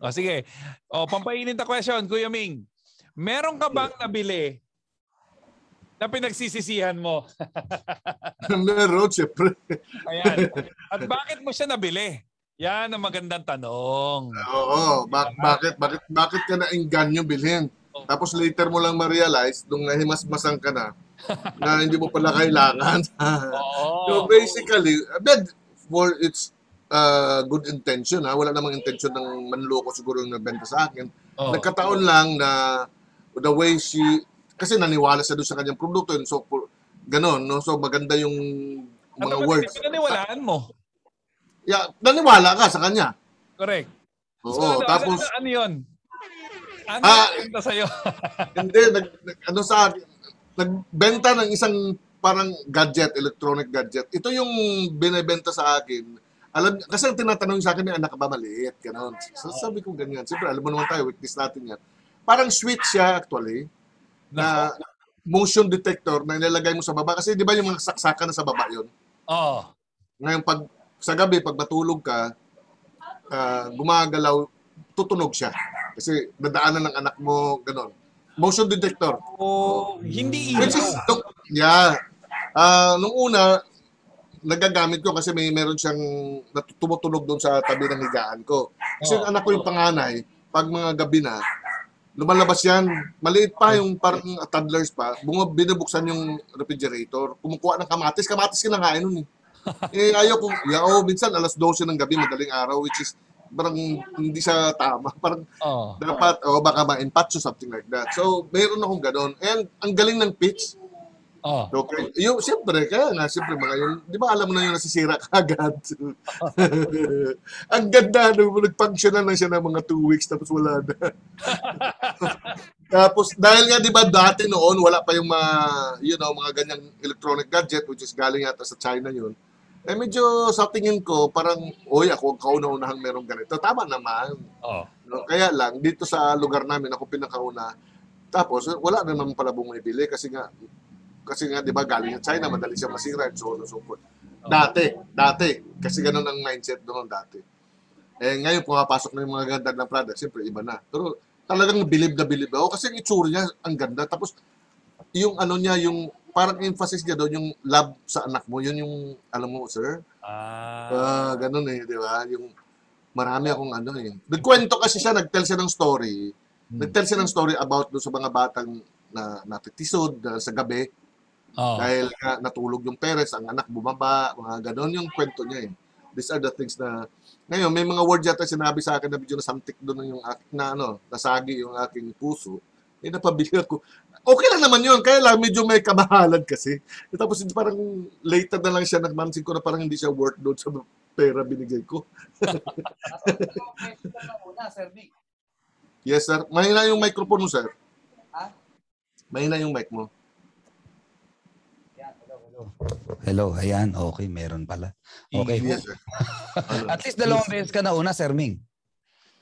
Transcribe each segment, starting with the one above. O sige. O pampainit na question, Kuya Ming. Meron ka bang nabili na pinagsisisihan mo? Meron, siyempre. Ayan. At bakit mo siya nabili? Yan ang magandang tanong. Oo, bak- bakit, bakit, bakit ka nainganyo bilhin? Tapos later mo lang ma-realize, nung nahimasmasan ka na, na hindi mo pala kailangan. Oo. so basically, bed for its uh, good intention, ha? wala namang intention ng manloko siguro yung nabenta sa akin. Oo. Nagkataon lang na the way she, kasi naniwala siya doon sa kanyang produkto, and so, for- ganon, no? so maganda yung At mga dapat words. Ah, pinaniwalaan mo. Yeah, naniwala ka sa kanya. Correct. Oo, So, ano, tapos... ano, ano yun? Ano ah, Ah. yung sa'yo? Hindi, nag, nag- ano sa akin, nagbenta ng isang parang gadget, electronic gadget. Ito yung binebenta sa akin. Alam, kasi ang tinatanong sa akin, may anak ka ba maliit? Ganon. So, sabi ko ganyan. Siyempre, alam mo naman tayo, weakness natin yan. Parang switch siya actually, na motion detector na nilalagay mo sa baba. Kasi di ba yung mga saksakan na sa baba yon Oo. Ngayon, pag, sa gabi, pag matulog ka, ah, gumagalaw, tutunog siya. Kasi nadaanan ng anak mo, ganon. Motion detector. Oh, hindi Which ilaw. is, nung, yeah. Ah, nung una, nagagamit ko kasi may meron siyang natu- tumutunog doon sa tabi ng higaan ko. Kasi yung Oh. anak ko yung panganay, pag mga gabi na, lumalabas yan. Maliit pa yung parang toddlers pa. Bunga, binubuksan yung refrigerator. Kumukuha ng kamatis. Kamatis kinakain nun eh. eh ayaw ko. Yeah, oh, minsan alas 12 ng gabi, madaling araw, which is parang hindi siya tama. Parang Oo. dapat, o baka ma-empatch or something like that. So, meron akong ganun. And ang galing ng pitch. Oo. Okay. Yung, siyempre, kaya nga, siyempre, mga yun, di ba alam mo na yung nasisira ka agad? ang ganda, nung nag-function na lang siya ng mga two weeks, tapos wala na. tapos, dahil nga, di ba, dati noon, wala pa yung mga, you know, mga ganyang electronic gadget, which is galing yata sa China yun. Eh, medyo sa tingin ko, parang, oy, ako ang kauna-unahang merong ganito. Tama naman. Oo. No? Kaya lang, dito sa lugar namin, ako pinakauna. Tapos, wala naman pala bumibili kasi nga, kasi nga, di ba, galing sa China, madali siya masira and so on and so forth. Dati, dati. Kasi ganun ang mindset doon dati. Eh, ngayon, pumapasok na yung mga ganda ng product, siyempre, iba na. Pero talagang bilib na bilib ako kasi yung itsura niya, ang ganda. Tapos, yung ano niya, yung parang emphasis niya doon, yung love sa anak mo, yun yung, alam mo, sir, Ah. Ah, ganun eh, di ba? Yung marami akong ano eh. Nagkwento kasi siya, nagtell siya ng story. Nagtell siya ng story about doon sa mga batang na natitisod na sa gabi Oo. dahil nga natulog yung parents, ang anak bumaba, mga ganun yung kwento niya eh. These are the things na ngayon may mga word yata sinabi sa akin na video na samtik doon yung ak- na ano, nasagi yung aking puso. Eh napabili ako. Okay lang naman yun, kaya lang medyo may kamahalan kasi. Eh, Tapos hindi- parang later na lang siya nagmansin ko na parang hindi siya worth doon sa pera binigay ko. Question na muna, Sir Vic. Yes sir, mahina yung microphone mo sir. Ha? Mahina yung mic mo. Yan, hello, hello. Hello, ayan. Okay, meron pala. Okay. Yes sir. At least dalawang beses ka na una, Sir Ming.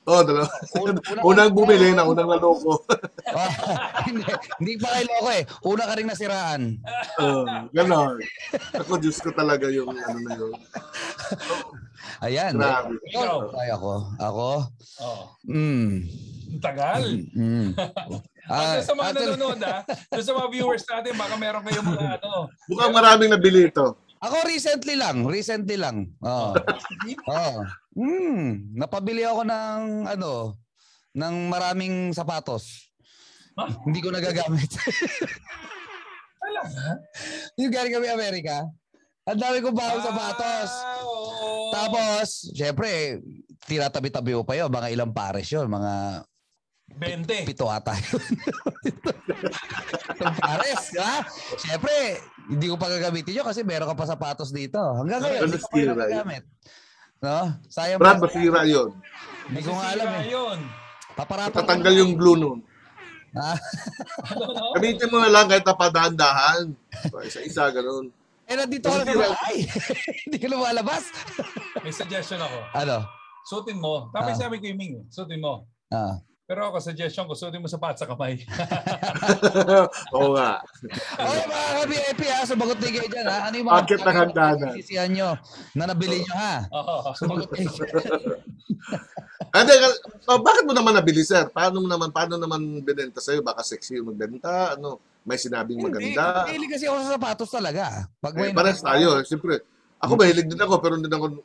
Oh, dalawa. Unang bumili na, unang naloko. Oh, hindi, hindi pa kayo loko eh. Una ka rin nasiraan. Oh, ganon. Ako, Diyos ko talaga yung ano na yun. Ayan. Grabe. Ikaw. Ay, ako. Ako? Oo. Mm. Ang Tagal. Mm. Ah, Ah, sa mga actually- nanonood ha, doon sa mga viewers natin, baka meron kayong mga ano. Mukhang maraming nabili ito. Ako recently lang, recently lang. Oo. Oo. Mm, napabili ako ng ano, ng maraming sapatos. Huh? Hindi ko nagagamit. Talaga? Yung galing kami Amerika, ang dami kong bahang sapatos. Ah, oo. Tapos, syempre, tinatabi-tabi ko pa yun. Mga ilang pares yun. Mga 20. pito ata yun. Itong pares, di ba? Syempre, hindi ko pa gagamitin yun kasi meron ka pa sapatos dito. Hanggang ngayon, hindi ko pa yun Nasira yun. nagagamit. No? Sayang Brad, pa. masira yun. Hindi ko nga alam Nasisira eh. Yun. Paparapan ko. Tatanggal yung glue nun. Ah. Ano, no? Gamitin mo na lang kahit napadahan-dahan. Oh, Isa-isa, ganun. Eh, nandito ka na sa Nasira. bahay. Hindi ko lumalabas. May suggestion ako. Ano? Suotin mo. Tapos Ah. sabi ko yung Ming, eh, suotin mo. Ah. Pero ako, suggestion ko, suotin mo sapat sa kamay. Oo nga. Okay, mga ka-VIP ha, sumagot din kayo dyan ha. Ano yung Bakit naghandaan? sisihan nyo na nabili nyo ha? Oo. Sumagot kayo dyan. Hindi, ah, bakit mo naman nabili, sir? Paano mo naman, paano naman binenta sa'yo? Baka sexy yung magbenta, ano? May sinabing maganda. Hindi, mahilig kasi ako sa sapatos talaga. Pag Eh, may parehas tayo, eh, siyempre. Ako mahilig din ako, pero hindi ako...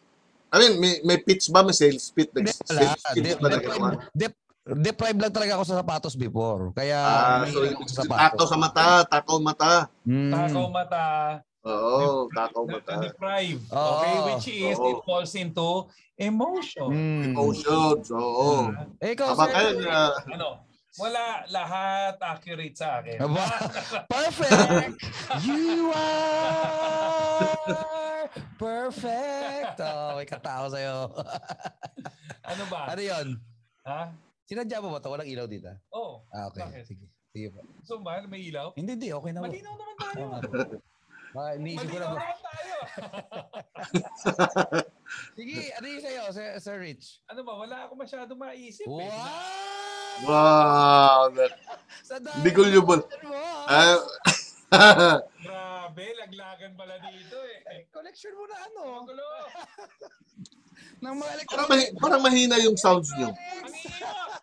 I mean, may, may pitch ba? May sales pitch? Nag- Hindi, wala. sales pitch Dep- ba na dep- ginawa? dep- deprived lang talaga ako sa sapatos before. Kaya Ah, so, mahilig ako takaw sa mata, takaw mata. Mm. Takaw mata. Oo, takaw na- mata. Deprive. Oo. Okay, which is Oo. it falls into emotion. Mm. Emotions, Oh, oo. Eh, ikaw, Aba, sir. kaya, ah, Ano? Wala lahat accurate sa akin. Aba, perfect! you are perfect! Oh, may katao sa'yo. Ano ba? ano yun? Ha? Sinadya mo ba ito? Walang ilaw dito? Oh, Ah, okay. Bakit? Sige. Sige po. so ba may ilaw? Hindi, di. Okay na po. Malinaw naman tayo. ah. Tama po. Baka iniisip ko Malinaw lang po. naman tayo. Sige, ano yung sa'yo, Sir, Sir Rich? ano ba? Wala ako masyado maisip. eh. Wow! wow. Sa Hindi ko lubol. Ah, Ah, Grabe, laglagan pala dito eh. collection mo na ano. Ang gulo. Ng mga parang, electronic. mahi- parang mahina yung sounds nyo. Ang iyak.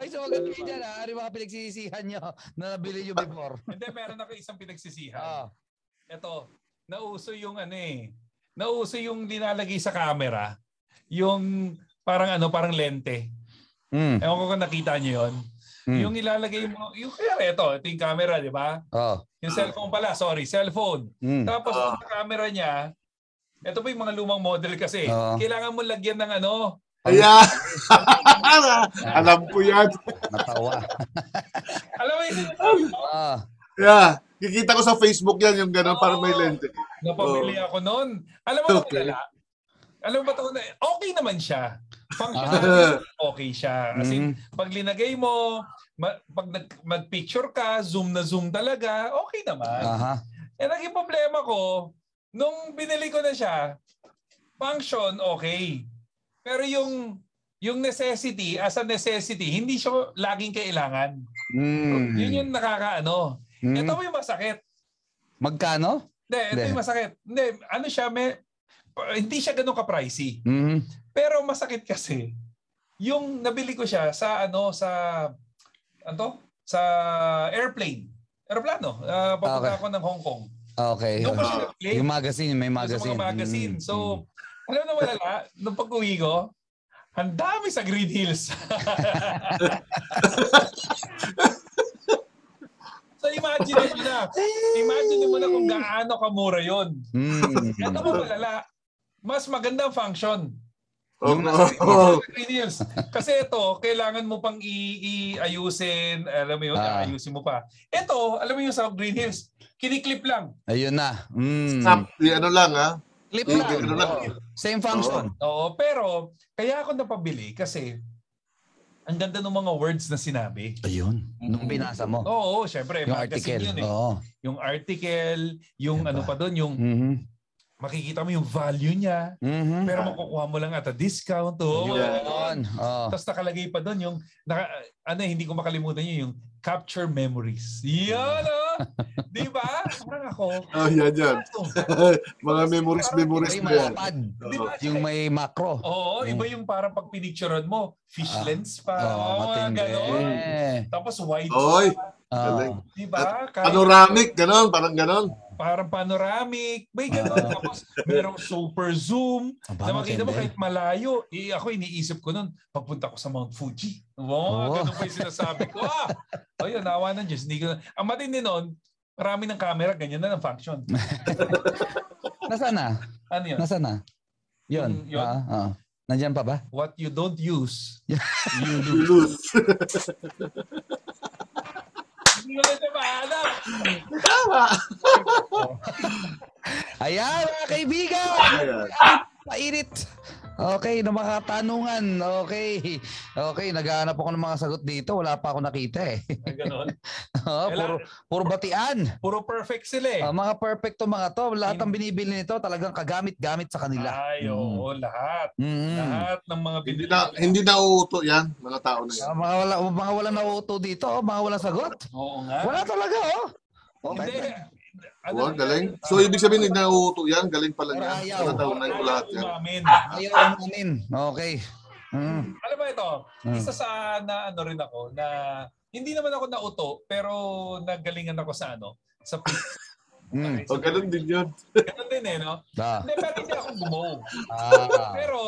Ay, so maganda yun dyan ah. Ano yung mga pinagsisisihan nyo na nabili nyo before? Hindi, meron ako isang pinagsisihan. Ah. Ito, nauso yung ano eh. Nauso yung nilalagay sa camera. Yung parang ano, parang lente. Mm. Ewan ko kung nakita niyo yon. Mm. Yung ilalagay mo, yung kaya ito, ito yung camera, di ba? Oh. Yung cellphone pala, sorry, cellphone. Mm. Tapos Ah. yung camera niya, ito po yung mga lumang model kasi. Oo. Kailangan mo lagyan ng ano. Ayan. Alam ko yan. Natawa. Alam mo yung sinasabi ko? Ah. Yeah. Kikita ko sa Facebook yan yung gano'n parang may lente. Napamili ako noon. Alam mo Okay. okay. Alam mo ba ito? Okay naman siya. Functional, Ah. okay siya. As in, Hmm, pag linagay mo, ma- pag nag- mag-picture ka, zoom na zoom talaga, okay naman. Aha. Eh, naging problema ko, nung binili ko na siya, function, okay. Pero yung yung necessity, as a necessity, hindi siya laging kailangan. Mm. Yun yung nakakaano. Mm. Ito yung masakit. Magkano? Hindi, ito Hindi. yung masakit. Hindi, ano siya, may, pa- hindi siya ganun ka-pricey. Mm. Pero masakit kasi, yung nabili ko siya sa ano, sa, ano to? Sa airplane. Aeroplano. Ah, papunta Okay. ako ng Hong Kong. Okay. Doon ko siya nabili. Yung magazine, may Doon Sa magazine. mga magazine. Mm. So, alam mo naman na, nung pag-uwi ko, ang dami sa Green Hills. so imagine mo na, imagine mo na kung gaano kamura yon. Mm. Ito pa malala. Mas maganda ang function. Oo. Oh. Kasi ito, kailangan mo pang i- i-ayusin. Alam mo yun, Ah. ayusin mo pa. Ito, alam mo yung sa Green Hills, kiniklip lang. Ayun na. Mm. Snap. Di ano lang ha. Clip Yung lang. ganun lang. Oo. Same function. Oo, pero kaya ako napabili kasi ang ganda ng mga words na sinabi. Ayun. Nung binasa mo. Oo, syempre. Hmm. Yung magazine article. Yun, eh. Oo. Yung article, yung Diba? ano pa doon, yung Mhm. makikita mo yung value niya, Mhm. pero makukuha mo lang at a discount. Oo, Yun. mga Ayun. ganon. Oo. Tapos nakalagay pa doon yung, naka, ano, eh, hindi ko makalimutan yun, yung capture memories. Yan, oh! Di ba? Parang ako. Oh, yan yan. ano? Mga memories, memories Ay, na yan. malapad. Di ba? Yung may macro. Oo, iba yung parang pag pinicturean mo, fish Hmm. Ah. lens pa. Oo, Oo, mga matindi. ganon. Tapos wide Oh. Oy, Oo. Galing. Di ba? Kahit panoramic, gano'n, parang gano'n. Parang panoramic. May ganun. Ah. Tapos merong super zoom. Aba, Na makita Diba, mo Ah, matindi. kahit malayo. Eh, ako iniisip ko nun, pagpunta ko sa Mount Fuji. Wow, Oo. ganun pa yung sinasabi ko. Ah! O yun, nawa ng Diyos. Hindi ko, ang matindi nun, marami ng camera, ganyan na ng function. Nasaan na? Ano yun? Nasaan na? Yun. Yun. Ah, ah. Nandyan pa ba? What you don't use, You lose. hindi ko na siya mahanap. Tama. Ayan, mga kaibigan! Ayan. Mainit! Okay, na mga katanungan. Okay. Okay, naghahanap ako ng mga sagot dito. Wala pa ako nakita eh. Ganun. Oo, puro, puro batian. Puro perfect sila eh. Ah, mga perfect to mga to. Lahat ng binibili nito talagang kagamit-gamit sa kanila. Ay, oo, lahat. Mm. Ah. Lahat ng mga Hindi binili. na, hindi na uuto yan, mga tao na yan. Ah, mga wala mga wala na auto dito, oh, mga wala sagot. Oo nga. Wala talaga oh. Oh, Hindi. Ano Wow, galing. So, ibig sabihin, hindi nauuto yan. Galing pala niya. Ayaw. Nataunan ko lahat yan. Ah, Umamin. Ayaw namin. Ah, Okay. Mm. Alam mo ito, Mm. isa sa na ano rin ako na hindi naman ako nauto pero nagalingan ako sa ano sa pizza. Mm. O, ganun din yun. Ganun din eh, no? Ah. Hindi, pero hindi ako gumaw. Ah, Pero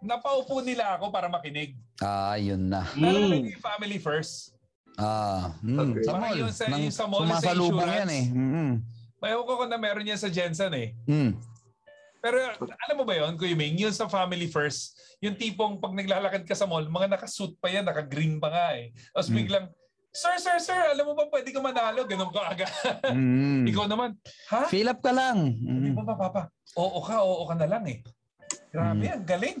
napaupo nila ako para makinig. ah, yun na. Lalo na Mm. yung family first. Ah, mm, Okay. sa Baka mall. yun sa- Nang yung sa mall, yung sa sumasalubong yan insurance. eh. Mm-mm. Mayaw ko kung na meron yan sa Jensen eh. Mm. Pero alam mo ba yun, Kuya Ming, yun sa family first, yung tipong pag naglalakad ka sa mall, mga nakasuit pa yan, naka-green pa nga eh. Tapos Mm. biglang, Sir, sir, sir, alam mo ba pwede ka manalo? Ganun ka agad. Mm. Ikaw naman, ha? Fill up ka lang. Hindi Mm. ba ba, Papa? Oo ka, oo ka na lang eh. Grabe, Mm. ang galing.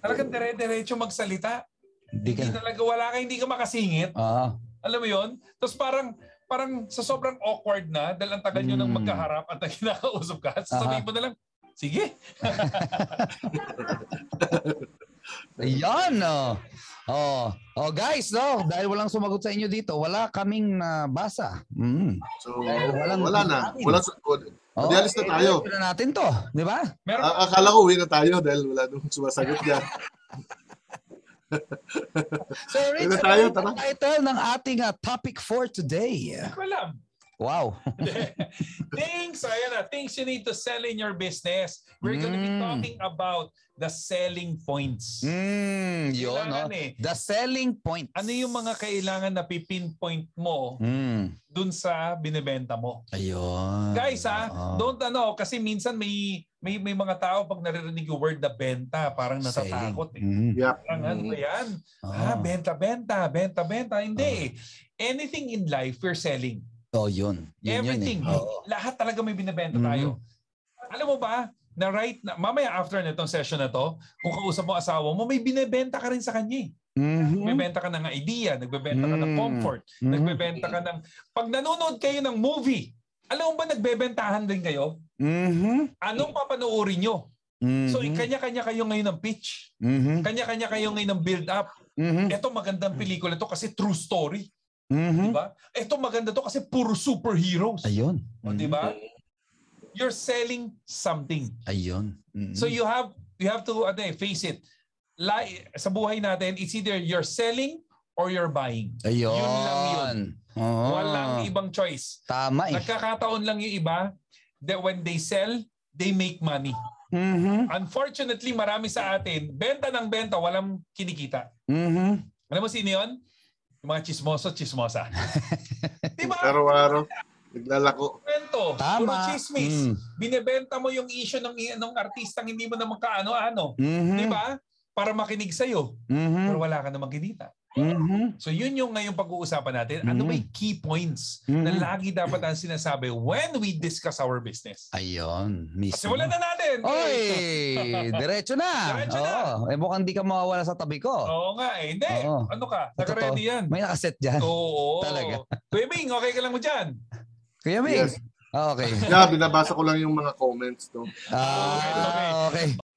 Talagang dire-diretso magsalita. Hindi ka. Hindi talaga wala ka, hindi ka makasingit. Ah, Alam mo yon? Tapos parang parang sa sobrang awkward na dahil ang tagal nyo nang Mm. magkaharap at ang kinakausap ka, sasabihin mo na lang, sige. Ayan, oh. Oh, oh guys, no, dahil walang sumagot sa inyo dito, wala kaming nabasa. Mm. So, Walang- wala na. Wala sa... Oh, Madialis na tayo. eh, na natin to, di ba? Meron A- akala ko uwi na tayo dahil wala nung sumasagot niya. So, Rich, Dito tayo, ano tara. ang title ng ating ah, topic for today? ko alam. Wow. things, ayan na, things you need to sell in your business. We're gonna be Mm. talking about the selling points. Hmm, Mm, yun, no? oh. Kailangan eh. The selling points. Ano yung mga kailangan na pipinpoint mo Mm, dun sa binebenta mo? ayun. Guys, ha, Oo. don't ano, kasi minsan may may may mga tao pag naririnig yung word na benta, parang natatakot. Eh. Selling. Mm. Parang ano ba yan? Oo. Ah, benta, benta, benta, benta. Hindi. eh. Anything in life, we're selling. Oh, yun. Yun, yun eh. Everything. Oo. Lahat talaga may binibenta Mhm. tayo. Alam mo ba, na right na, mamaya after na itong session na to, kung kausap mo ang asawa mo, may binibenta ka rin sa kanya eh. Mm-hmm. Mhm. May benta ka ng idea, nagbebenta ka ng Mm. comfort, Mhm. nagbebenta ka ng... Pag nanonood kayo ng movie, alam mo ba nagbebentahan din kayo? Mm-hmm. Mhm. Anong papanoorin nyo? So, Mhm. kanya-kanya kayo ngayon ng pitch. Mm-hmm. Mhm. Kanya-kanya kayo ngayon ng build-up. Mhm. Ito magandang pelikula to kasi true story. Mhm. Mm-hmm. Di ba? Ito maganda to kasi puro superheroes. Ayun. O, diba? di ba? You're selling something. Mhm. Ayun. Mm-hmm. Mhm. So you have you have to ano eh, face it. Li- sa buhay natin, it's either you're selling or you're buying. Ayun. Yun lang yun. Oo. Walang ibang choice. Tama eh. Nagkakataon lang yung iba that when they sell, they make money. Mm-hmm. Mhm. Unfortunately, marami sa atin, benta ng benta, walang kinikita. Mm-hmm. Mhm. Alam mo sino yun? Yung mga chismoso, chismosa. Di ba? Araw-araw, naglalako. Kwento, Tama. puro chismis. Mm. Binebenta mo yung issue ng, ng artistang hindi mo naman kaano-ano. Mhm. Mm-hmm. Di ba? Para makinig sa'yo. Mhm. Pero wala ka namang kinita. Mhm. So yun yung ngayong pag-uusapan natin. Ano Mhm. may key points na Mhm. lagi dapat ang sinasabi when we discuss our business? Ayun. Mismo. Simulan na natin! Oy! Diretso na. Diretso na. Oo. Eh, mukhang di ka mawawala sa tabi ko. Oo nga eh. Hindi. Oo. Ano ka? Totoo. Naka-ready yan. May nakaset dyan. Oo. Talaga. Oh. Swimming, okay ka lang mo dyan? Kuya Ming. Yes. Okay. Yeah, binabasa ko lang yung mga comments. No? Ah, okay.